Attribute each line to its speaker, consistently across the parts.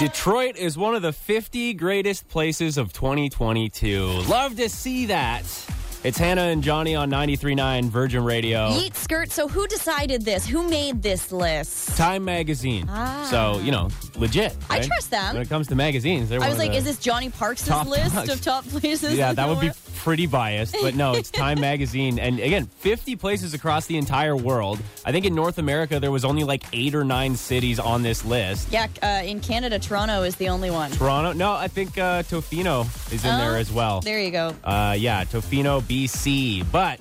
Speaker 1: Detroit is one of the 50 greatest places of 2022. Love to see that. It's Hannah and Johnny on 93.9 Virgin Radio.
Speaker 2: Yeet skirt. So who decided this? Who made this list?
Speaker 1: Time magazine. So, you know, legit.
Speaker 2: Ah. I
Speaker 1: right?
Speaker 2: trust them.
Speaker 1: When it comes to magazines, they're
Speaker 2: I was
Speaker 1: one of
Speaker 2: like,
Speaker 1: the-
Speaker 2: is this Johnny Parks'
Speaker 1: Top
Speaker 2: list
Speaker 1: dogs.
Speaker 2: of top places?
Speaker 1: Yeah,
Speaker 2: in
Speaker 1: that
Speaker 2: the
Speaker 1: would be
Speaker 2: world?
Speaker 1: pretty biased, but no, it's Time Magazine. And again, 50 places across the entire world. I think in North America, there was only like eight or nine cities on this list.
Speaker 2: Yeah, uh, in Canada, Toronto is the only one.
Speaker 1: Toronto, no, I think uh, Tofino is in
Speaker 2: Oh,
Speaker 1: there as well.
Speaker 2: There you go.
Speaker 1: Uh, yeah, Tofino, BC. But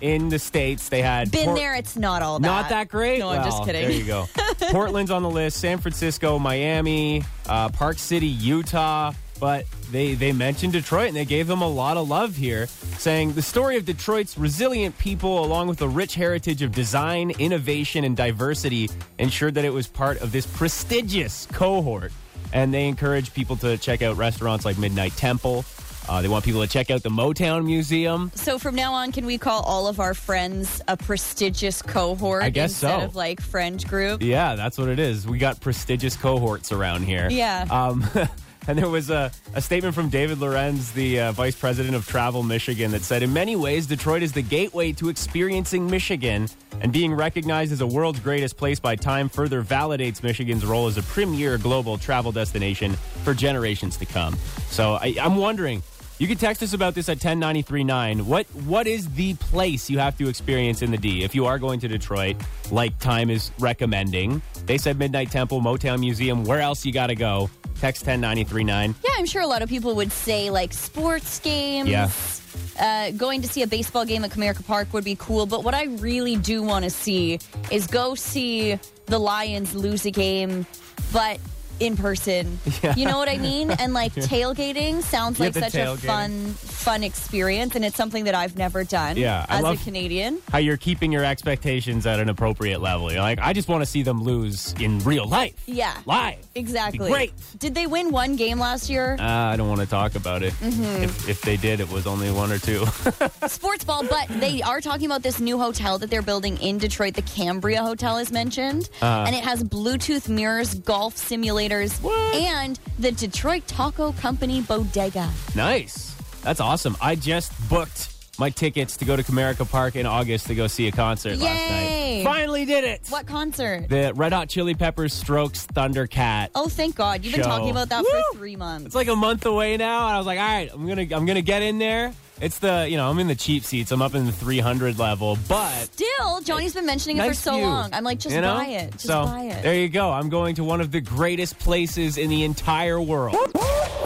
Speaker 1: in the States, they had.
Speaker 2: Been
Speaker 1: Port-
Speaker 2: there, it's not all that.
Speaker 1: Not that great.
Speaker 2: No, I'm just
Speaker 1: Well,
Speaker 2: kidding.
Speaker 1: There you go. Portland's on the list. San Francisco, Miami, uh, Park City, Utah. But they they mentioned Detroit and they gave them a lot of love here, saying the story of Detroit's resilient people, along with the rich heritage of design, innovation, and diversity, ensured that it was part of this prestigious cohort. And they encourage people to check out restaurants like Midnight Temple. Uh, they want people to check out the Motown Museum.
Speaker 2: So from now on, can we call all of our friends a prestigious cohort?
Speaker 1: I guess
Speaker 2: instead
Speaker 1: so.
Speaker 2: of like friend group.
Speaker 1: Yeah, that's what it is. We got prestigious cohorts around here.
Speaker 2: Yeah.
Speaker 1: Um, and there was a, a statement from David Lorenz, the uh, vice president of Travel Michigan, that said, in many ways, Detroit is the gateway to experiencing Michigan, and being recognized as a world's greatest place by time further validates Michigan's role as a premier global travel destination for generations to come. So I, I'm wondering. You can text us about this at 10939. What what is the place you have to experience in the D if you are going to Detroit, like Time is recommending? They said Midnight Temple, Motown Museum, where else you gotta go? Text 10939.
Speaker 2: Yeah, I'm sure a lot of people would say like sports games.
Speaker 1: Yeah.
Speaker 2: Uh, going to see a baseball game at Comerica Park would be cool, but what I really do want to see is go see the Lions lose a game, but in person. You know what I mean? And like tailgating sounds
Speaker 1: Yeah,
Speaker 2: like
Speaker 1: the
Speaker 2: such a
Speaker 1: tailgating.
Speaker 2: fun, fun experience, and it's something that I've never done.
Speaker 1: Yeah, I
Speaker 2: as
Speaker 1: love-
Speaker 2: a Canadian.
Speaker 1: How you're keeping your expectations at an appropriate level. You're like, I just wanna see them lose in real life.
Speaker 2: Yeah.
Speaker 1: Live.
Speaker 2: Exactly.
Speaker 1: great.
Speaker 2: Did they win one game last year?
Speaker 1: Uh, I don't want to talk about it.
Speaker 2: Mm-hmm.
Speaker 1: If, if they did, it was only one or two.
Speaker 2: Sports ball, but they are talking about this new hotel that they're building in Detroit. The Cambria Hotel is mentioned,
Speaker 1: Uh-huh.
Speaker 2: and it has Bluetooth mirrors, golf simulators,
Speaker 1: What?
Speaker 2: and the Detroit Taco Company bodega.
Speaker 1: Nice. That's awesome. I just booked my tickets to go to Comerica Park in August to go see a concert last night.
Speaker 2: Yay.
Speaker 1: Finally did it.
Speaker 2: What concert?
Speaker 1: The Red Hot Chili Peppers Strokes Thundercat.
Speaker 2: oh, thank God! You've been
Speaker 1: Show.
Speaker 2: talking about that
Speaker 1: Woo!
Speaker 2: for three months.
Speaker 1: It's like a month away now, and I was like, all right, I'm gonna I'm gonna get in there. It's the you know I'm in the cheap seats. I'm up in the 300 level, but
Speaker 2: Still, Johnny's been mentioning it for
Speaker 1: nice
Speaker 2: so
Speaker 1: view,
Speaker 2: long. I'm like, just
Speaker 1: you know?
Speaker 2: buy it, just
Speaker 1: so,
Speaker 2: buy it.
Speaker 1: There you go. I'm going to one of the greatest places in the entire world.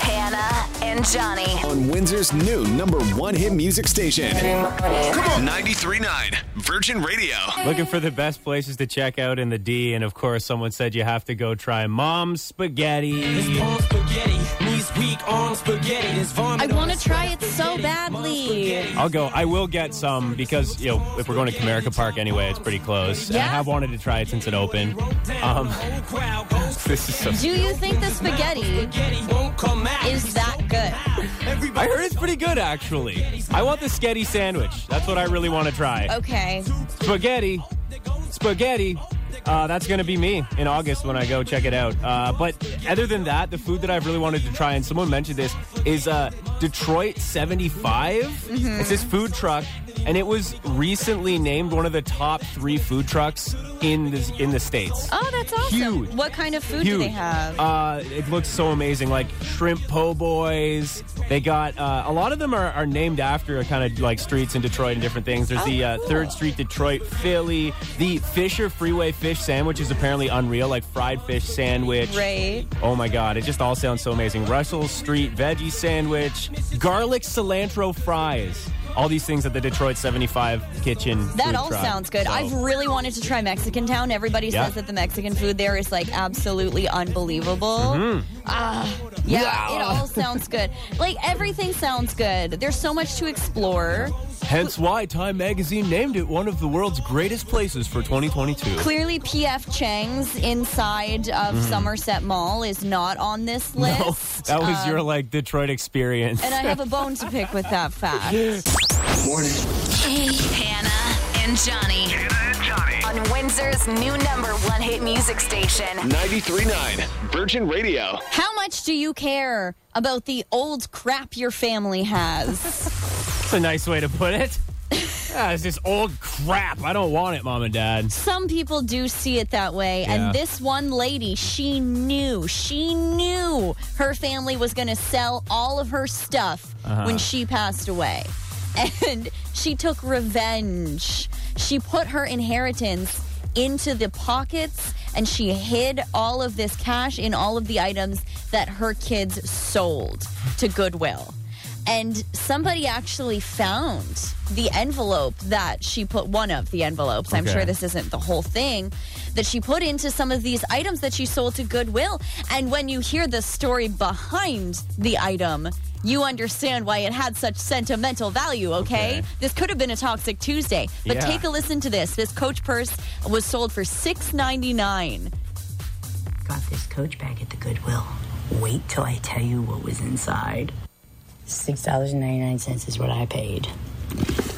Speaker 3: Hannah and Johnny.
Speaker 4: on Windsor's new number one hit music station.
Speaker 5: 93.9 Virgin Radio.
Speaker 1: Looking for the best places to check out in the D, and of course, someone said you have to go try Mom's Spaghetti.
Speaker 6: This palm spaghetti, knees weak, arms spaghetti. This
Speaker 2: I
Speaker 6: vomit
Speaker 2: want to try it so badly.
Speaker 1: I'll go. I will get some because you know if we're going to Comerica Park anyway, it's pretty close. And I
Speaker 2: Yeah.
Speaker 1: have wanted to try it since it opened. Um, this is so.
Speaker 2: Do you think the spaghetti is that good?
Speaker 1: I heard it's pretty good actually. I want the sketty sandwich. That's what I really want to try.
Speaker 2: Okay.
Speaker 1: Spaghetti, spaghetti. Uh, that's going to be me in August when I go check it out. Uh, but other than that, the food that I've really wanted to try, and someone mentioned this, is uh, Detroit 75. It's this food truck, and it was recently named one of the top three food trucks in the, in the States.
Speaker 2: Oh, that's awesome.
Speaker 1: Huge.
Speaker 2: What kind of food
Speaker 1: Huge.
Speaker 2: do they have?
Speaker 1: Uh, it looks so amazing. Like shrimp po' boys. They got uh, a lot of them are, are named after kind of like streets in Detroit and different things. There's
Speaker 2: Oh,
Speaker 1: the uh,
Speaker 2: cool.
Speaker 1: Third Street, Detroit, Philly. The Fisher Freeway fish sandwich is apparently unreal. Like fried fish sandwich.
Speaker 2: Right.
Speaker 1: Oh my god! It just all sounds so amazing. Russell Street veggie sandwich, garlic cilantro fries. All these things at the Detroit 75 kitchen.
Speaker 2: That
Speaker 1: food
Speaker 2: all
Speaker 1: truck.
Speaker 2: sounds good.
Speaker 1: So-
Speaker 2: I've really wanted to try Mexican Town. Everybody
Speaker 1: Yeah.
Speaker 2: says that the Mexican food there is like absolutely unbelievable.
Speaker 1: Mm-hmm.
Speaker 2: Ah, yeah, it all sounds good. Like everything sounds good. There's so much to explore.
Speaker 1: Hence why Time Magazine named it one of the world's greatest places for 2022.
Speaker 2: Clearly, PF Chang's inside of Somerset Mall is not on this list.
Speaker 1: Mm-hmm.
Speaker 2: Um,
Speaker 1: No, that was your like Detroit experience.
Speaker 2: And I have a bone to pick with that fact.
Speaker 3: Hannah and Johnny.
Speaker 5: Hannah and Johnny.
Speaker 3: on Windsor's new number one hit music station.
Speaker 4: 93.9 Virgin Radio.
Speaker 2: How much do you care about the old crap your family has?
Speaker 1: That's a nice way to put it. Yeah, it's this old crap. I don't want it, mom and dad.
Speaker 2: Some people do see it that way.
Speaker 1: Yeah.
Speaker 2: And this one lady, she knew, she knew her family was going to sell all of her stuff
Speaker 1: Uh-huh.
Speaker 2: when she passed away. And she took revenge. She put her inheritance into the pockets and she hid all of this cash in all of the items that her kids sold to Goodwill. And somebody actually found the envelope that she put, one of the envelopes. I'm
Speaker 1: Okay.
Speaker 2: sure this isn't the whole thing, that she put into some of these items that she sold to Goodwill. And when you hear the story behind the item, you understand why it had such sentimental value, okay?
Speaker 1: Okay.
Speaker 2: This could have been a Toxic Tuesday, but
Speaker 1: Yeah.
Speaker 2: take a listen to this. This coach purse was sold for $6.99.
Speaker 7: Got this coach bag at the Goodwill. Wait till I tell you what was inside. $6.99 is what I paid.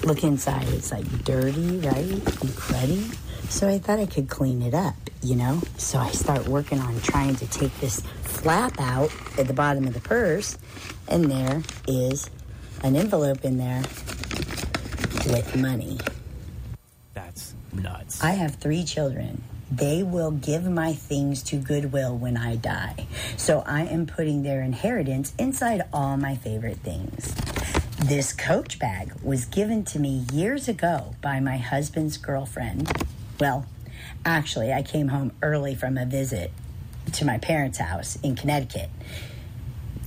Speaker 7: Look inside, it's like dirty, right? And cruddy. So I thought I could clean it up, you know? So I start working on trying to take this flap out at the bottom of the purse, and there is an envelope in there with money.
Speaker 1: That's nuts.
Speaker 7: I have three children. They will give my things to Goodwill when I die. So I am putting their inheritance inside all my favorite things. This coach bag was given to me years ago by my husband's girlfriend. Well, actually, I came home early from a visit to my parents' house in Connecticut.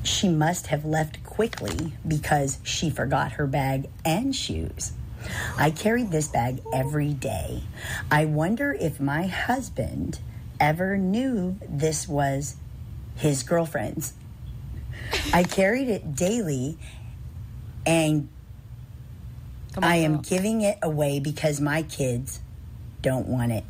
Speaker 7: She must have left quickly because she forgot her bag and shoes. I carried this bag every day. I wonder if my husband ever knew this was his girlfriend's. I carried it daily and
Speaker 2: Come on,
Speaker 7: I am
Speaker 2: girl.
Speaker 7: giving it away because my kids don't want it.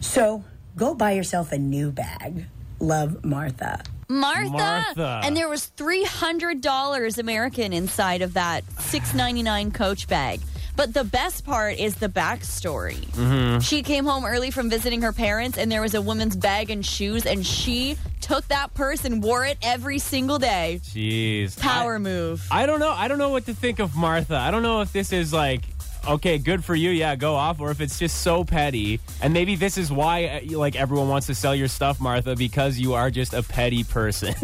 Speaker 7: So go buy yourself a new bag. Love Martha.
Speaker 2: Martha.
Speaker 1: Martha.
Speaker 2: And there was three hundred dollars American inside of that six ninety nine coach bag. But the best part is the backstory.
Speaker 1: Mm-hmm.
Speaker 2: She came home early from visiting her parents, and there was a woman's bag and shoes, and she took that purse and wore it every single day.
Speaker 1: Jeez.
Speaker 2: Power move.
Speaker 1: I don't know. I don't know what to think of Martha. I don't know if this is like, okay, good for you, yeah, go off, or if it's just so petty. And maybe this is why uh, you- like everyone wants to sell your stuff, Martha, because you are just a petty person.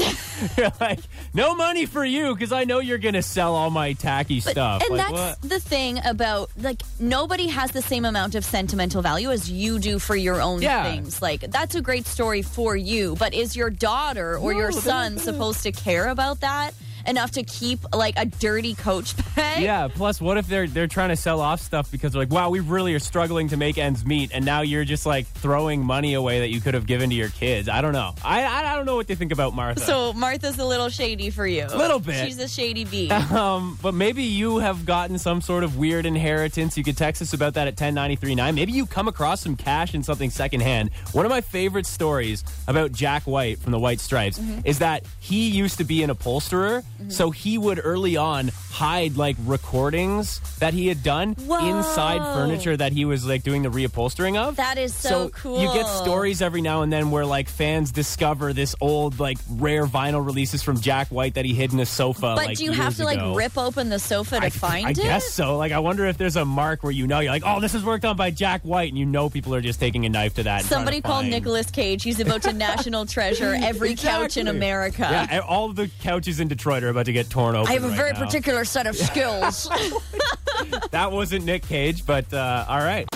Speaker 1: you're like, no money for you because I know you're gonna sell all my tacky stuff.
Speaker 2: And
Speaker 1: like,
Speaker 2: that's the thing about like nobody has the same amount of sentimental value as you do for your own
Speaker 1: Yeah.
Speaker 2: things. Like that's a great story for you, but is your daughter or your son supposed to care about that enough to keep like a dirty coach bag?
Speaker 1: Yeah. Plus, what if they're they're trying to sell off stuff because they're like, wow, we really are struggling to make ends meet, and now you're just like throwing money away that you could have given to your kids. I don't know. I I, I don't know what they think about Martha.
Speaker 2: So Martha's a little shady for you.
Speaker 1: Little bit.
Speaker 2: She's a shady bee.
Speaker 1: Um, but maybe you have gotten some sort of weird inheritance. You could text us about that at 10939. Maybe you come across some cash in something secondhand. One of my favorite stories about Jack White from the White Stripes
Speaker 2: Mm-hmm.
Speaker 1: is that he used to be an upholsterer, so he would early on hide like recordings that he had done inside
Speaker 2: Whoa.
Speaker 1: furniture that he was like doing the reupholstering of.
Speaker 2: That is so, cool.
Speaker 1: You get stories every now and then where like fans discover this old like rare vinyl releases from Jack White that he hid in a sofa.
Speaker 2: But
Speaker 1: like,
Speaker 2: do you have
Speaker 1: years
Speaker 2: to like
Speaker 1: ago.
Speaker 2: rip open the sofa to find
Speaker 1: I
Speaker 2: it?
Speaker 1: guess so. Like, I wonder if there's a mark where you know you're like, oh, this is worked on by Jack White, and you know people are just taking a knife to that. and trying
Speaker 2: Somebody
Speaker 1: to
Speaker 2: call
Speaker 1: find-
Speaker 2: Nicolas Cage. He's about to national treasure every couch in
Speaker 1: Exactly.
Speaker 2: America.
Speaker 1: Yeah, and all the couches in Detroit are about to get torn open.
Speaker 2: I have a
Speaker 1: right
Speaker 2: very
Speaker 1: now.
Speaker 2: particular set of skills.
Speaker 1: That wasn't Nick Cage, but uh, all right.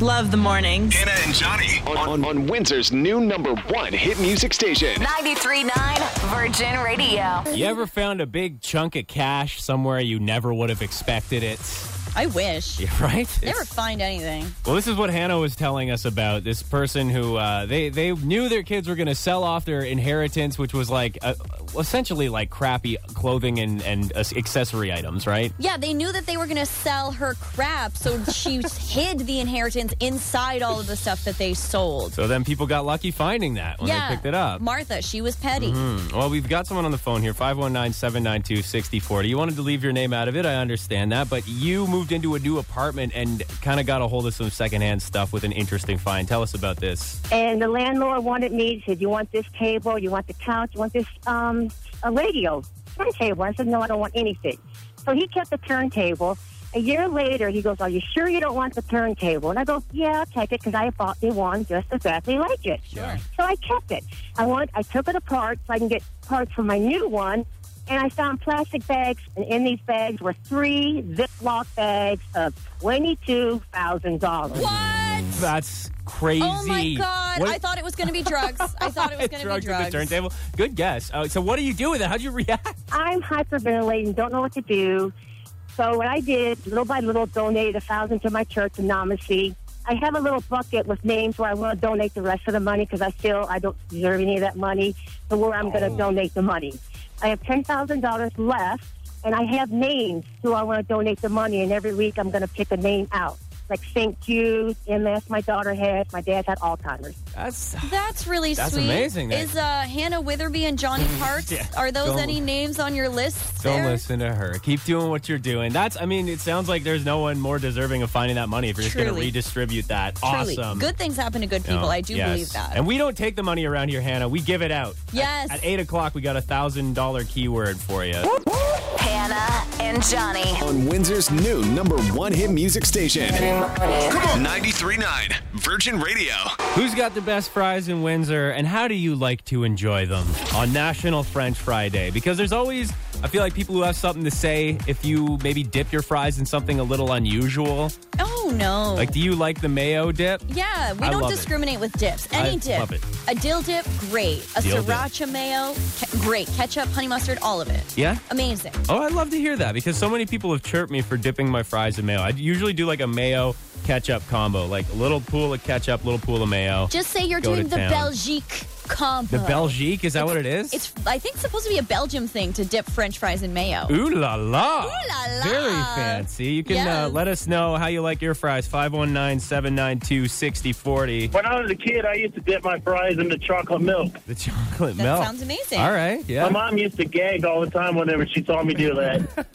Speaker 8: Love the mornings.
Speaker 5: Hannah and Johnny.
Speaker 4: On, on, on Windsor's new number one hit music station.
Speaker 3: 93.9 Virgin Radio.
Speaker 1: You ever found a big chunk of cash somewhere you never would have expected it?
Speaker 2: I wish.
Speaker 1: Yeah, right?
Speaker 2: Never
Speaker 1: It's-
Speaker 2: find anything.
Speaker 1: Well, this is what Hannah was telling us about this person who uh, they they knew their kids were going to sell off their inheritance, which was like uh, essentially like crappy clothing and and uh, accessory items, right?
Speaker 2: Yeah, they knew that they were going to sell her crap, so she hid the inheritance inside all of the stuff that they sold.
Speaker 1: So then people got lucky finding that when
Speaker 2: yeah. Mm.
Speaker 1: they picked it up.
Speaker 2: Martha, she was petty.
Speaker 1: Hmm. Well, we've got someone on the phone here, 519 792 6040. You wanted to leave your name out of it. I understand that. But you moved into a new apartment and kind of got a hold of some secondhand stuff with an interesting find. Tell us about this.
Speaker 5: And the landlord wanted me, he said, You want this table? You want the couch? You want this um, a radio turntable? I said, No, I don't want anything. So he kept the turntable. A year later, he goes, Are you sure you don't want the turntable? And I go, Yeah, I'll take it because I bought me one just exactly like it. Sure. So I kept it. I want, I took it apart so I can get parts for my new one. And I found plastic bags, and in these bags were three Ziploc bags of $22,000.
Speaker 1: That's crazy.
Speaker 2: Oh my God.
Speaker 1: What-
Speaker 2: I thought it was going to be drugs. I thought it was going to be
Speaker 1: Drugs at the
Speaker 2: drugs.
Speaker 1: turntable. Good guess. Uh, so, what do you do with it? How'd you react?
Speaker 5: I'm hyperventilating, don't know what to do. So what I did, little by little, donated a thousand to my church anonymously. I have a little bucket with names where I want to donate the rest of the money because I feel I don't deserve any of that money. So where I'm going to donate the money, I have ten thousand dollars left, and I have names who I want to donate the money. And every week I'm going to pick a name out, like St. Jude, MS. My daughter had, my dad had Alzheimer's.
Speaker 1: That's
Speaker 2: That's really
Speaker 1: That's
Speaker 2: sweet.
Speaker 1: amazing. That-
Speaker 2: Is uh, Hannah Witherby and Johnny Parks? Are those
Speaker 1: Don't-
Speaker 2: any names on your list?
Speaker 1: Don't
Speaker 2: there?
Speaker 1: listen to her. Keep doing what you're doing. That's, I mean, it sounds like there's no one more deserving of finding that money if you're just going to
Speaker 2: Truly.
Speaker 1: redistribute that.
Speaker 2: Truly.
Speaker 1: Awesome.
Speaker 2: Good things happen to good people.
Speaker 1: No,
Speaker 2: I do
Speaker 1: Oh, yes.
Speaker 2: believe that.
Speaker 1: And we don't take the money around here, Hannah. We give it out.
Speaker 2: Yes.
Speaker 1: At 8 o'clock, we got a $1,000 keyword for you.
Speaker 3: Hannah and Johnny.
Speaker 4: On Windsor's new number one hit music station. Come on. 93.9 Virgin Radio.
Speaker 1: Who's got the best fries in Windsor, and how do you like to enjoy them on National French Fry Day? Because there's always, I feel like, people who have something to say if you maybe dip your fries in something a little unusual.
Speaker 2: oh no.
Speaker 1: Like, do you like the mayo dip?
Speaker 2: yeah, we
Speaker 1: I
Speaker 2: don't
Speaker 1: love it.
Speaker 2: discriminate with dips. Any
Speaker 1: I
Speaker 2: dip.
Speaker 1: love it.
Speaker 2: A dill dip, great. A
Speaker 1: Dill dip.
Speaker 2: sriracha mayo, ke- great. Ketchup, honey mustard, all of it.
Speaker 1: Yeah?
Speaker 2: Amazing.
Speaker 1: Oh, I love to hear that because so many people have chirped me for dipping my fries in mayo. I usually do like a mayo ketchup combo, like a little pool of ketchup, little pool of mayo.
Speaker 2: Just say you're
Speaker 1: Go
Speaker 2: doing
Speaker 1: to
Speaker 2: the
Speaker 1: town.
Speaker 2: Belgique combo.
Speaker 1: The Belgique, is that what it is?
Speaker 2: It's I think supposed to be a Belgium thing to dip French fries in mayo.
Speaker 1: Ooh la la.
Speaker 2: Ooh la la.
Speaker 1: Very fancy. You can uh,
Speaker 2: Yes.
Speaker 1: let us know how you like your fries. 519 792 6040.
Speaker 9: When I was a kid, I used to dip my fries into chocolate milk.
Speaker 1: The chocolate
Speaker 2: That
Speaker 1: milk.
Speaker 2: sounds amazing.
Speaker 1: All right.
Speaker 9: My
Speaker 1: Yeah.
Speaker 9: mom used to gag all the time whenever she saw me do that.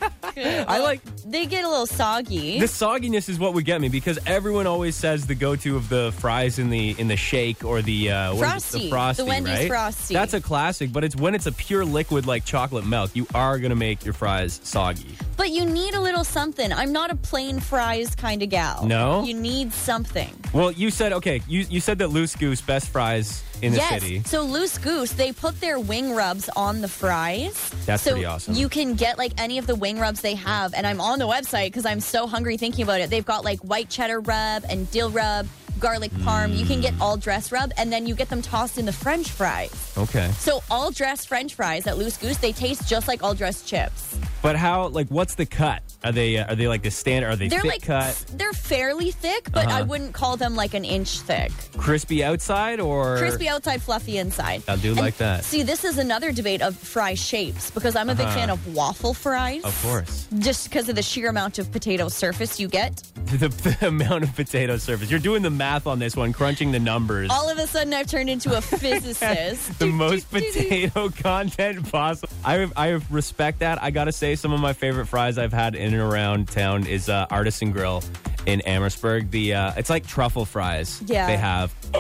Speaker 1: I like
Speaker 2: They get a little soggy.
Speaker 1: the sogginess is what would get me because everyone always says the go-to of the fries in the in the shake or the uh, what is it?
Speaker 2: Frosty.
Speaker 1: the frosty,
Speaker 2: The Wendy's
Speaker 1: right?
Speaker 2: Frosty.
Speaker 1: That's a classic, but it's when it's a pure liquid like chocolate milk, you are gonna make your fries soggy.
Speaker 2: But you need a little something. I'm not a plain fries kind of gal.
Speaker 1: No?
Speaker 2: You need something.
Speaker 1: Well, you said okay. You you said that Loose Goose best fries in the
Speaker 2: yes.
Speaker 1: city.
Speaker 2: So Loose Goose, they put their wing rubs on the fries.
Speaker 1: That's
Speaker 2: so
Speaker 1: pretty awesome.
Speaker 2: You can get like any of the wing rubs they have. And I'm on the website because I'm so hungry thinking about it. They've got like white cheddar rub and dill rub, garlic parm. You can get
Speaker 1: Mm.
Speaker 2: all dress rub and then you get them tossed in the French fries.
Speaker 1: Okay,
Speaker 2: So all dress French fries at Loose Goose, they taste just like all dress chips.
Speaker 1: but how like what's the cut? Are they uh, are they like the standard? Are they
Speaker 2: They're
Speaker 1: thick
Speaker 2: like
Speaker 1: cut, Uh-huh.
Speaker 2: they're fairly thick, but I wouldn't call them like an inch thick.
Speaker 1: crispy outside or
Speaker 2: Crispy outside, fluffy inside.
Speaker 1: I do
Speaker 2: And
Speaker 1: like that. Uh-huh.
Speaker 2: See, this is another debate of fry shapes because I'm a big fan of waffle fries.
Speaker 1: Of course,
Speaker 2: Just because of the sheer amount of potato surface you get.
Speaker 1: the, the amount of potato surface. You're doing the math on this one, crunching the numbers.
Speaker 2: All of a sudden, I've turned into a physicist.
Speaker 1: the most potato content possible. I I respect that. I gotta say, some of my favorite fries I've had in and around town is uh, Artisan Grill in Amherstburg. The uh, it's like truffle fries.
Speaker 2: Yeah.
Speaker 1: they have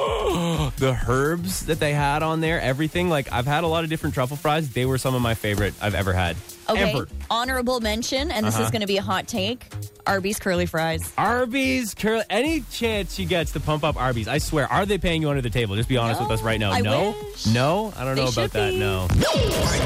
Speaker 1: the herbs that they had on there. Everything like I've had a lot of different truffle fries. They were some of my favorite I've ever had.
Speaker 2: Okay.
Speaker 1: Ever. Uh-huh.
Speaker 2: Honorable mention, and this is going to be a hot take Arby's curly fries.
Speaker 1: Arby's curl. Any chance she gets to pump up Arby's, I swear. Are they paying you under the table? Just be honest
Speaker 2: No,
Speaker 1: with us right now.
Speaker 2: I
Speaker 1: no,
Speaker 2: wish.
Speaker 1: no, I don't
Speaker 2: They
Speaker 1: know about
Speaker 2: should
Speaker 1: that.
Speaker 2: be.
Speaker 1: No.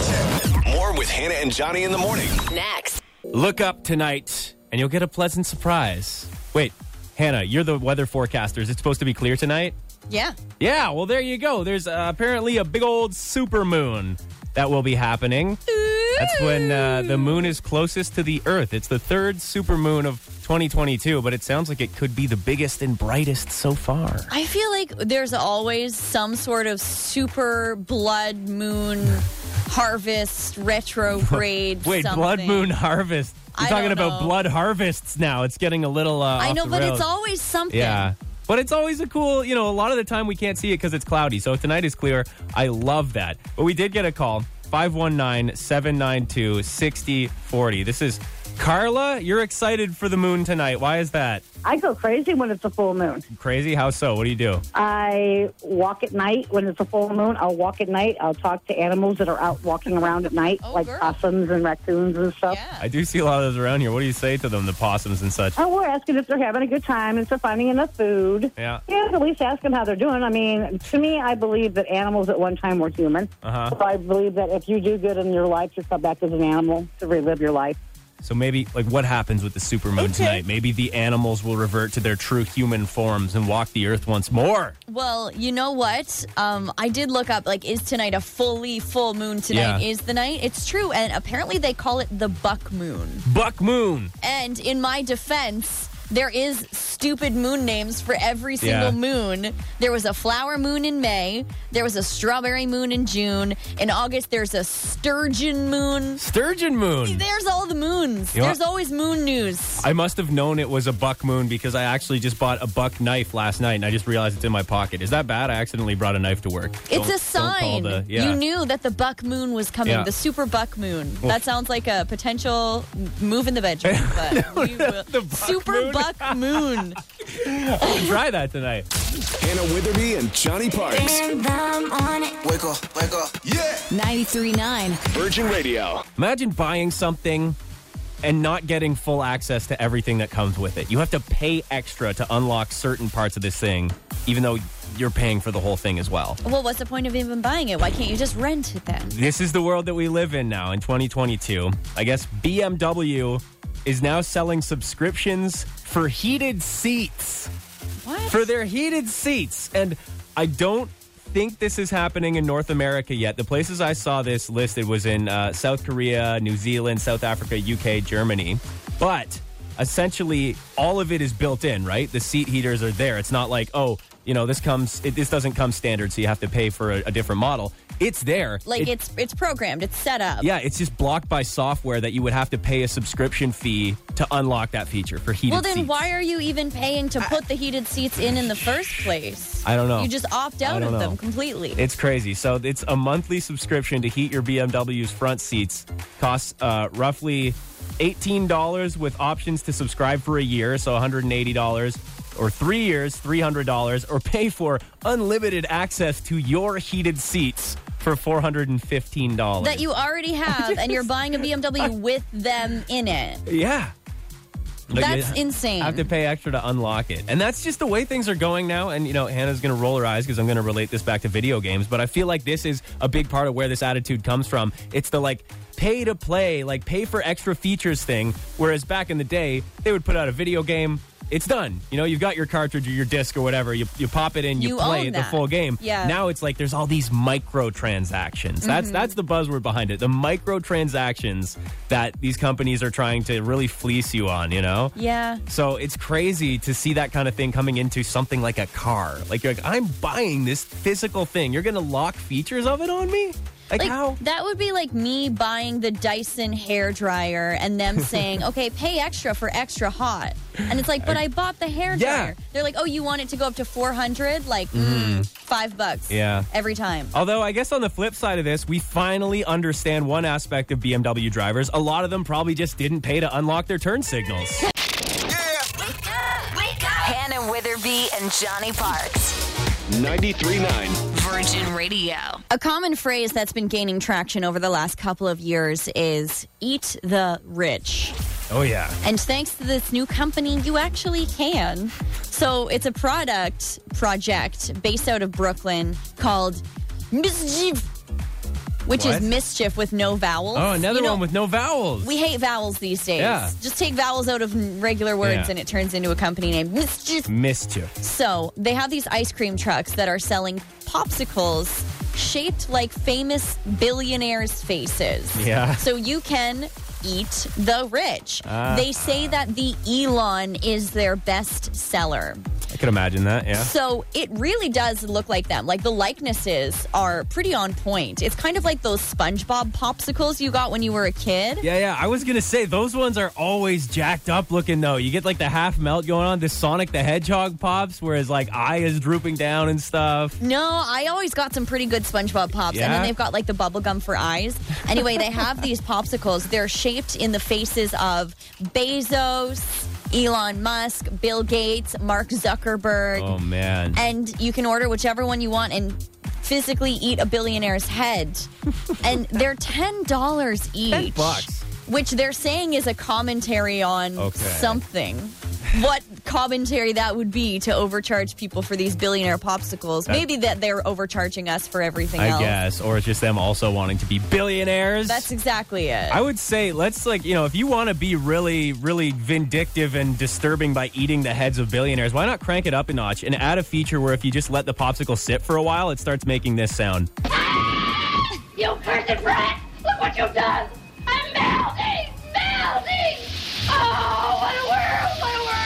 Speaker 4: More with Hannah and Johnny in the morning.
Speaker 3: Next.
Speaker 1: Look up tonight and you'll get a pleasant surprise. Wait, Hannah, you're the weather forecaster. Is it supposed to be clear tonight?
Speaker 2: Yeah.
Speaker 1: Yeah, well, there you go. There's uh, apparently a big old super moon that will be happening. That's when uh, the moon is closest to the Earth. It's the third super moon of 2022, but it sounds like it could be the biggest and brightest so far.
Speaker 2: I feel like there's always some sort of super blood moon harvest retrograde.
Speaker 1: Wait,
Speaker 2: something.
Speaker 1: blood moon harvest. You're
Speaker 2: I
Speaker 1: talking
Speaker 2: don't
Speaker 1: about
Speaker 2: know.
Speaker 1: blood harvests now. It's getting a little. Uh,
Speaker 2: I
Speaker 1: off
Speaker 2: know,
Speaker 1: the
Speaker 2: but
Speaker 1: rails.
Speaker 2: it's always something.
Speaker 1: Yeah. But it's always a cool, you know, a lot of the time we can't see it because it's cloudy. So if tonight is clear, I love that. But we did get a call 519 792 6040. This is Carla. You're excited for the moon tonight. Why is that?
Speaker 5: I go crazy when it's a full moon.
Speaker 1: Crazy? How so? What do you do?
Speaker 5: I walk at night when it's a full moon. I'll walk at night. I'll talk to animals that are out walking around at night, like
Speaker 2: girl.
Speaker 5: possums and raccoons and stuff.
Speaker 1: I do see a lot of those around here. What do you say to them, the possums and such?
Speaker 5: Oh, we're asking if they're having a good time and if they're finding enough food.
Speaker 1: Yeah.
Speaker 5: Yeah, at least ask them how they're doing. I mean, to me, I believe that animals at one time were human. Uh-huh. So I believe that if you do good in your life, you come back as an animal to relive your life.
Speaker 1: So maybe, like, what happens with the supermoon tonight? Maybe the animals will revert to their true human forms and walk the earth once more.
Speaker 2: Well, you know what? Um, I did look up like is tonight a fully full moon tonight
Speaker 1: Yeah.
Speaker 2: is the night. It's true and apparently they call it the buck moon.
Speaker 1: Buck moon.
Speaker 2: And in my defense, there is stupid moon names for every single
Speaker 1: Yeah.
Speaker 2: moon. There was a flower moon in May, there was a strawberry moon in June, in August there's a sturgeon moon.
Speaker 1: Sturgeon moon.
Speaker 2: There's all the moons.
Speaker 1: You know
Speaker 2: There's
Speaker 1: what?
Speaker 2: always moon news.
Speaker 1: I must have known it was a buck moon because I actually just bought a buck knife last night and I just realized it's in my pocket. Is that bad? I accidentally brought a knife to work.
Speaker 2: It's
Speaker 1: Don't- don't
Speaker 2: a
Speaker 1: call
Speaker 2: sign.
Speaker 1: the- yeah.
Speaker 2: You knew that the buck moon was coming,
Speaker 1: Yeah.
Speaker 2: the super buck moon. That sounds like a potential m- move in the bedroom, but we will. super buck moon.
Speaker 1: I'll try that tonight.
Speaker 4: Hannah Witherby and Johnny Parks.
Speaker 6: Wake up, wake up.
Speaker 4: Yeah.
Speaker 10: 939.
Speaker 4: Virgin Radio.
Speaker 1: Imagine buying something and not getting full access to everything that comes with it. You have to pay extra to unlock certain parts of this thing, even though you're paying for the whole thing as well.
Speaker 2: Well, what's the point of even buying it? Why can't you just rent it then?
Speaker 1: This is the world that we live in now in 2022. I guess BMW is now selling subscriptions for heated seats.
Speaker 2: What?
Speaker 1: for their heated seats. And I don't think this is happening in North America yet. The places I saw this listed was in uh, South Korea, New Zealand, South Africa, UK, Germany. But essentially, all of it is built in, right? The seat heaters are there. It's not like, oh, you know, this comes, it, this doesn't come standard, so you have to pay for a, a different model. It's there.
Speaker 2: like
Speaker 1: It-
Speaker 2: it's it's programmed, it's set up.
Speaker 1: yeah, it's just blocked by software that you would have to pay a subscription fee to unlock that feature for heated
Speaker 2: Well, then
Speaker 1: seats.
Speaker 2: why are you even paying to put the heated seats in in the first place?
Speaker 1: I don't know.
Speaker 2: You just opt
Speaker 1: I
Speaker 2: out
Speaker 1: don't
Speaker 2: of
Speaker 1: know.
Speaker 2: them completely.
Speaker 1: It's crazy. So it's a monthly subscription to heat your BMW's front seats. Costs uh, roughly eighteen dollars with options to subscribe for a year, so one hundred and eighty dollars, or three years, three hundred dollars, or pay for unlimited access to your heated seats for four hundred and fifteen dollars.
Speaker 2: that you already have, and you're buying a BMW with them in it.
Speaker 1: yeah. Like,
Speaker 2: That's
Speaker 1: you
Speaker 2: insane.
Speaker 1: Have to pay extra to unlock it. And that's just the way things are going now. And, you know, Hannah's going to roll her eyes because I'm going to relate this back to video games. But I feel like this is a big part of where this attitude comes from. It's the like pay to play, like pay for extra features thing. Whereas back in the day, they would put out a video game. It's done. You know, you've got your cartridge or your disc or whatever. You, you pop it in, you,
Speaker 2: You
Speaker 1: play
Speaker 2: own
Speaker 1: it the
Speaker 2: that.
Speaker 1: full game.
Speaker 2: Yeah. Mm-hmm.
Speaker 1: Now it's like there's all these microtransactions. That's that's the buzzword behind it. The microtransactions that these companies are trying to really fleece you on, you know?
Speaker 2: Yeah.
Speaker 1: So it's crazy to see that kind of thing coming into something like a car. Like you're like, I'm buying this physical thing. You're gonna lock features of it on me? Like,
Speaker 2: Like
Speaker 1: how?
Speaker 2: that would be like me buying the Dyson hair dryer and them saying, "Okay, pay extra for extra hot." And it's like, "But I bought the hair
Speaker 1: Yeah.
Speaker 2: dryer." They're like, "Oh, you want it to go up to 400? Like, mm, 5 bucks."
Speaker 1: Mm-hmm. Yeah.
Speaker 2: Every time.
Speaker 1: Although I guess on the flip side of this, we finally understand one aspect of BMW drivers. A lot of them probably just didn't pay to unlock their turn signals.
Speaker 3: Hannah Witherby and Johnny Parks.
Speaker 4: 93.9.
Speaker 3: Virgin Radio.
Speaker 2: A common phrase that's been gaining traction over the last couple of years is "eat the rich."
Speaker 1: Oh yeah.
Speaker 2: And thanks to this new company, you actually can. So it's a product project based out of Brooklyn called Mischief, which is
Speaker 1: What?
Speaker 2: mischief with no vowels.
Speaker 1: Oh, another
Speaker 2: You know,
Speaker 1: one with no vowels.
Speaker 2: We hate vowels these days.
Speaker 1: Yeah.
Speaker 2: Just take vowels out of n- regular words
Speaker 1: Yeah.
Speaker 2: and it turns into a company name. Mischief.
Speaker 1: mischief.
Speaker 2: So they have these ice cream trucks that are selling popsicles shaped like famous billionaires' faces.
Speaker 1: Yeah.
Speaker 2: So you can eat the rich. They say that the Elon is their best seller.
Speaker 1: could imagine that, yeah.
Speaker 2: So it really does look like them. Like the likenesses are pretty on point. It's kind of like those SpongeBob popsicles you got when you were a kid.
Speaker 1: Yeah, yeah. I was gonna say those ones are always jacked up looking though. You get like the half melt going on. The Sonic the Hedgehog pops, where his like eye is drooping down and stuff.
Speaker 2: No, I always got some pretty good SpongeBob pops, and then
Speaker 1: Yeah?
Speaker 2: they've got like the bubble gum for eyes. Anyway, they have these popsicles. They're shaped in the faces of Bezos, Elon Musk, Bill Gates, Mark Zuckerberg,
Speaker 1: Oh man.
Speaker 2: and you can order whichever one you want and physically eat a billionaire's head. and they're ten dollars each.
Speaker 1: bucks.
Speaker 2: Which they're saying is a commentary on
Speaker 1: Okay.
Speaker 2: something. What commentary that would be to overcharge people for these billionaire popsicles?
Speaker 1: That-
Speaker 2: Maybe that they're overcharging us for everything
Speaker 1: I
Speaker 2: else.
Speaker 1: guess, or it's just them also wanting to be billionaires.
Speaker 2: That's exactly it.
Speaker 1: I would say let's like you know if you want to be really really vindictive and disturbing by eating the heads of billionaires, why not crank it up a notch and add a feature where if you just let the popsicle sit for a while, it starts making this sound.
Speaker 10: You cursed brat! Look what you've done! I'm melting! Melting! Oh, what a world! What a world!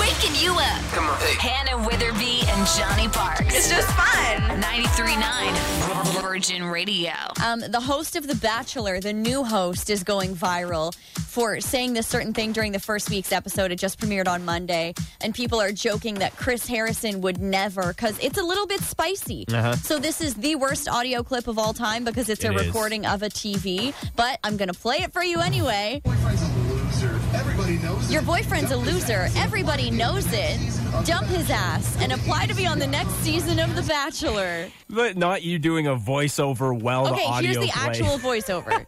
Speaker 3: Waking you up. Come on. Hannah Witherby and Johnny Parks.
Speaker 2: It's just fun.
Speaker 3: 93.9 Virgin Radio.
Speaker 2: Um, the host of The Bachelor, the new host, is going viral for saying this certain thing during the first week's episode. It just premiered on Monday, and people are joking that Chris Harrison would never because it's a little bit spicy.
Speaker 11: Uh-huh.
Speaker 2: So this is the worst audio clip of all time because it's a
Speaker 11: It is.
Speaker 2: recording of a TV. But I'm gonna play it for you anyway. Your boyfriend's a loser. Everybody knows it. Dump his ass and apply to be on the next season of The Bachelor.
Speaker 1: But not you doing a voiceover
Speaker 11: Oh,
Speaker 1: while the
Speaker 2: okay,
Speaker 1: audio
Speaker 2: here's the
Speaker 1: plays.
Speaker 2: actual voiceover.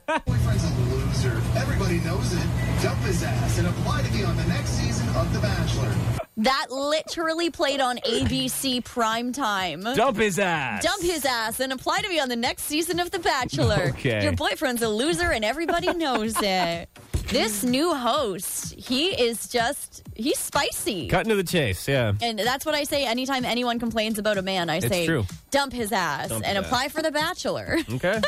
Speaker 12: loser. Everybody knows it. Dump his ass and apply to be on the next season of The Bachelor.
Speaker 2: That literally played on ABC primetime.
Speaker 1: Dump his ass.
Speaker 2: Dump his ass and apply to be on the next season of The Bachelor.
Speaker 1: Okay.
Speaker 2: Your boyfriend's a loser and everybody knows it. This new host, he is just, he's spicy.
Speaker 1: Cutting to the chase, yeah.
Speaker 2: And that's what I say anytime anyone complains about a man. I
Speaker 1: It's
Speaker 2: say,
Speaker 1: true.
Speaker 2: dump his ass
Speaker 1: Dump
Speaker 2: and
Speaker 1: his
Speaker 2: apply
Speaker 1: ass.
Speaker 2: for The Bachelor.
Speaker 1: Okay.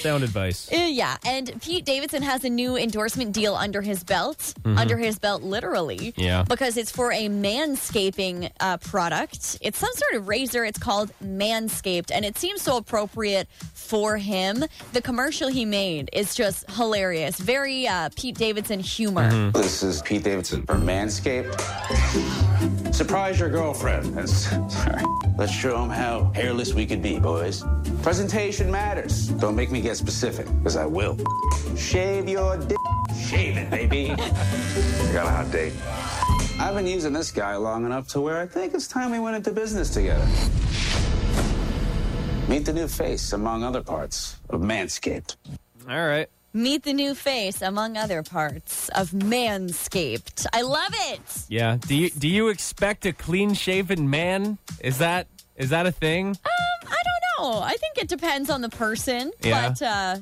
Speaker 1: Sound advice.
Speaker 2: Uh, Yeah, and Pete Davidson has a new endorsement deal under his belt,
Speaker 1: Mhm.
Speaker 2: under his belt, literally.
Speaker 1: Yeah.
Speaker 2: Because it's for a manscaping uh, product. It's some sort of razor. It's called Manscaped, and it seems so appropriate for him. The commercial he made is just hilarious. Very uh, Pete Davidson humor.
Speaker 13: This is Pete Davidson from Manscaped. Surprise your girlfriend. That's- sorry. Let's show them how hairless we can be, boys. Presentation matters. Don't make me get specific, because I will. Shave your dick. Shave it, baby. I got a hot date. I've been using this guy long enough to where I think it's time we went into business together. Meet the new face, among other parts, of Manscaped.
Speaker 1: All right.
Speaker 2: Meet the new face, among other parts, of Manscaped. I love it.
Speaker 1: Yeah. Do you do you expect a clean shaven man? Is that is that a thing?
Speaker 2: Um, I don't know. I think it depends on the person,
Speaker 1: Yeah.
Speaker 2: but uh,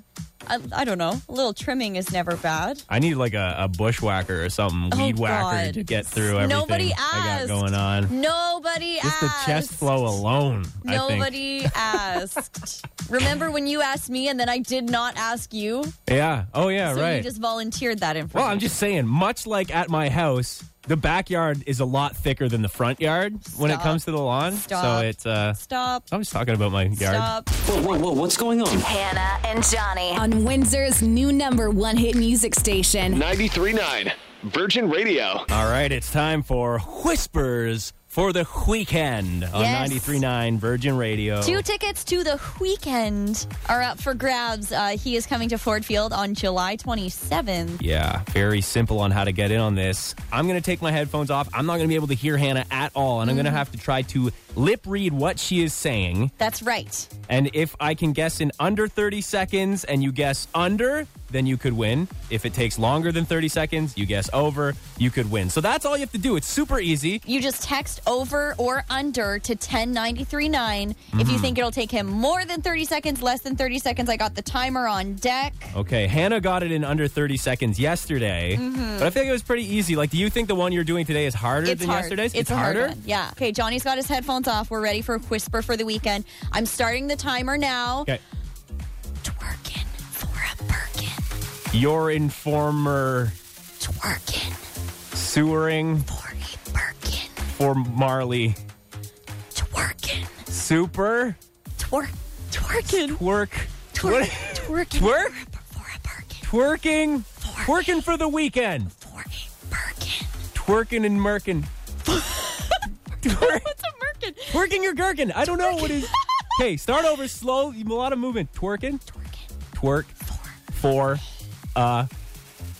Speaker 2: I, I don't know. A little trimming is never bad.
Speaker 1: I need like a, a bushwhacker or something,
Speaker 2: Oh,
Speaker 1: weed whacker
Speaker 2: God.
Speaker 1: to get through everything
Speaker 2: Nobody
Speaker 1: I got
Speaker 2: asked.
Speaker 1: going on.
Speaker 2: Nobody
Speaker 1: Just the
Speaker 2: asked.
Speaker 1: chest flow alone. I think.
Speaker 2: Nobody asked. Remember when you asked me and then I did not ask you?
Speaker 1: Yeah. Oh yeah.
Speaker 2: so
Speaker 1: right.
Speaker 2: you just volunteered that information.
Speaker 1: Well, I'm just saying, much like at my house, the backyard is a lot thicker than the front yard when it
Speaker 2: Stop.
Speaker 1: comes to the lawn.
Speaker 2: Stop.
Speaker 1: So it's uh
Speaker 2: Stop.
Speaker 1: I'm just talking about my yard.
Speaker 2: Stop.
Speaker 1: Whoa, whoa, whoa, what's going on?
Speaker 3: Hannah and Johnny on Windsor's new number one hit music station.
Speaker 4: 93.9 Virgin Radio.
Speaker 1: All right, it's time for Whispers for the Weekend on
Speaker 2: Yes.
Speaker 1: 93.9 Virgin Radio.
Speaker 2: Two tickets to the weekend are up for grabs. Uh, he is coming to Ford Field on July 27th.
Speaker 1: yeah, very simple on how to get in on this. I'm going to take my headphones off. I'm not going to be able to hear Hannah at all, and I'm
Speaker 2: Mm-hmm.
Speaker 1: going to have to try to lip read what she is saying.
Speaker 2: That's right.
Speaker 1: And if I can guess in under 30 seconds and you guess under, then you could win. If it takes longer than 30 seconds, you guess over, you could win. So that's all you have to do. It's super easy.
Speaker 2: You just text over or under to 10939 if you
Speaker 1: Mhm.
Speaker 2: think it'll take him more than 30 seconds, less than 30 seconds. I got the timer on deck.
Speaker 1: Okay, Hannah got it in under 30 seconds yesterday.
Speaker 2: Mhm.
Speaker 1: But I feel like it was pretty easy. Like, do you think the one you're doing today is harder
Speaker 2: it's
Speaker 1: than
Speaker 2: hard.
Speaker 1: yesterday's?
Speaker 2: It's, a Hard one. Yeah. Okay, Johnny's got his headphones off. We're ready for Whisper for the weekend. I'm starting the timer now.
Speaker 1: Okay. Your informer.
Speaker 2: Twerking.
Speaker 1: Sewering. For a Birkin. before Marley.
Speaker 2: Twerking.
Speaker 1: Super.
Speaker 2: Twerk. Twerking.
Speaker 1: Twerk.
Speaker 2: Twerk. Twerking.
Speaker 1: Twerk. Twerking. Twerking for the weekend. For Twerking and merkin. Twerk.
Speaker 2: What's a merkin?
Speaker 1: Twerking your gherkin. I don't know what is. Okay, start over slow. A lot of movement. Twerking. Twerk. For. Uh.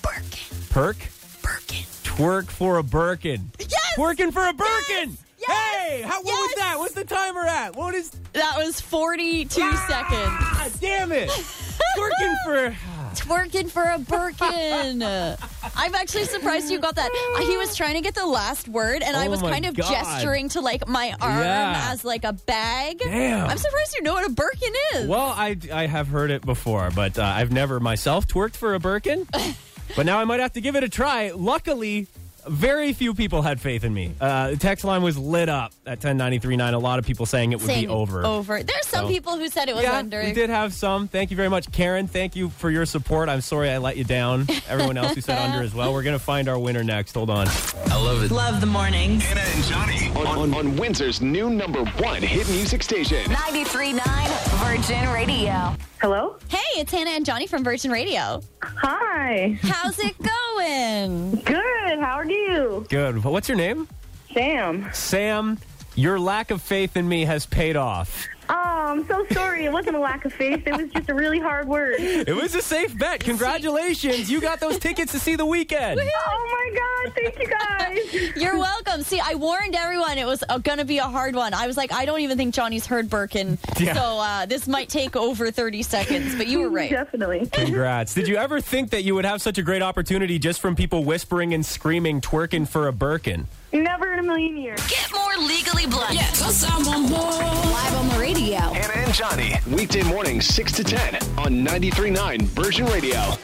Speaker 1: Perk. Perk. Birkin. Twerk for a Birkin.
Speaker 2: Yes!
Speaker 1: Twerking for a Birkin.
Speaker 2: Yes!
Speaker 1: Hey, how, what was
Speaker 2: Yes!
Speaker 1: that? What's the timer at? What is?
Speaker 2: That was 42 seconds.
Speaker 1: Ah, damn it! Twerking for.
Speaker 2: Twerking for a Birkin. I'm actually surprised you got that. I- He was trying to get the last word, and I
Speaker 1: Oh
Speaker 2: was
Speaker 1: my
Speaker 2: kind of
Speaker 1: God.
Speaker 2: gesturing to like my arm
Speaker 1: Yeah.
Speaker 2: as like a bag.
Speaker 1: Damn.
Speaker 2: I'm surprised you know what a Birkin is.
Speaker 1: Well, I, I have heard it before, but uh, I've never myself twerked for a Birkin. but now I might have to give it a try. Luckily, very few people had faith in me. Uh, the text line was lit up at 1093.9. A lot of people saying it would
Speaker 2: Saying
Speaker 1: be over.
Speaker 2: Over. There's some
Speaker 1: So-
Speaker 2: people who said it was
Speaker 1: yeah,
Speaker 2: under.
Speaker 1: we did have some. Thank you very much, Karen. Thank you for your support. I'm sorry I let you down. Everyone else who said under as well. We're gonna find our winner next. Hold on. I love
Speaker 8: Love the morning.
Speaker 4: Anna and Johnny on, on, on Windsor's new number one hit music station.
Speaker 3: 939 Virgin Radio.
Speaker 2: Hello? Hey, it's Hannah and Johnny from Virgin Radio. Hi. How's it going? Good. How are you?
Speaker 1: Good. Wh- What's your name?
Speaker 11: Sam.
Speaker 1: Sam, your lack of faith in me has paid off.
Speaker 11: Oh, I'm so sorry. It wasn't a lack of faith. It was just a really hard word.
Speaker 1: It was a safe bet. Congratulations. You got those tickets to see the weekend.
Speaker 2: Oh my God. Thank you guys. You're welcome. See, I warned everyone it was going to be a hard one. I was like, I don't even think Johnny's heard Birkin.
Speaker 1: Yeah.
Speaker 2: So uh, this might take over 30 seconds, but you were right. Definitely.
Speaker 1: Congrats. Did you ever think that you would have such a great opportunity just from people whispering and screaming, twerking for a Birkin?
Speaker 11: Never in a million years.
Speaker 3: Get more legally blunt. Yeah, i I'm more. Live on the radio.
Speaker 4: Hannah and Johnny, weekday mornings 6 to 10 on 93.9 Virgin Radio.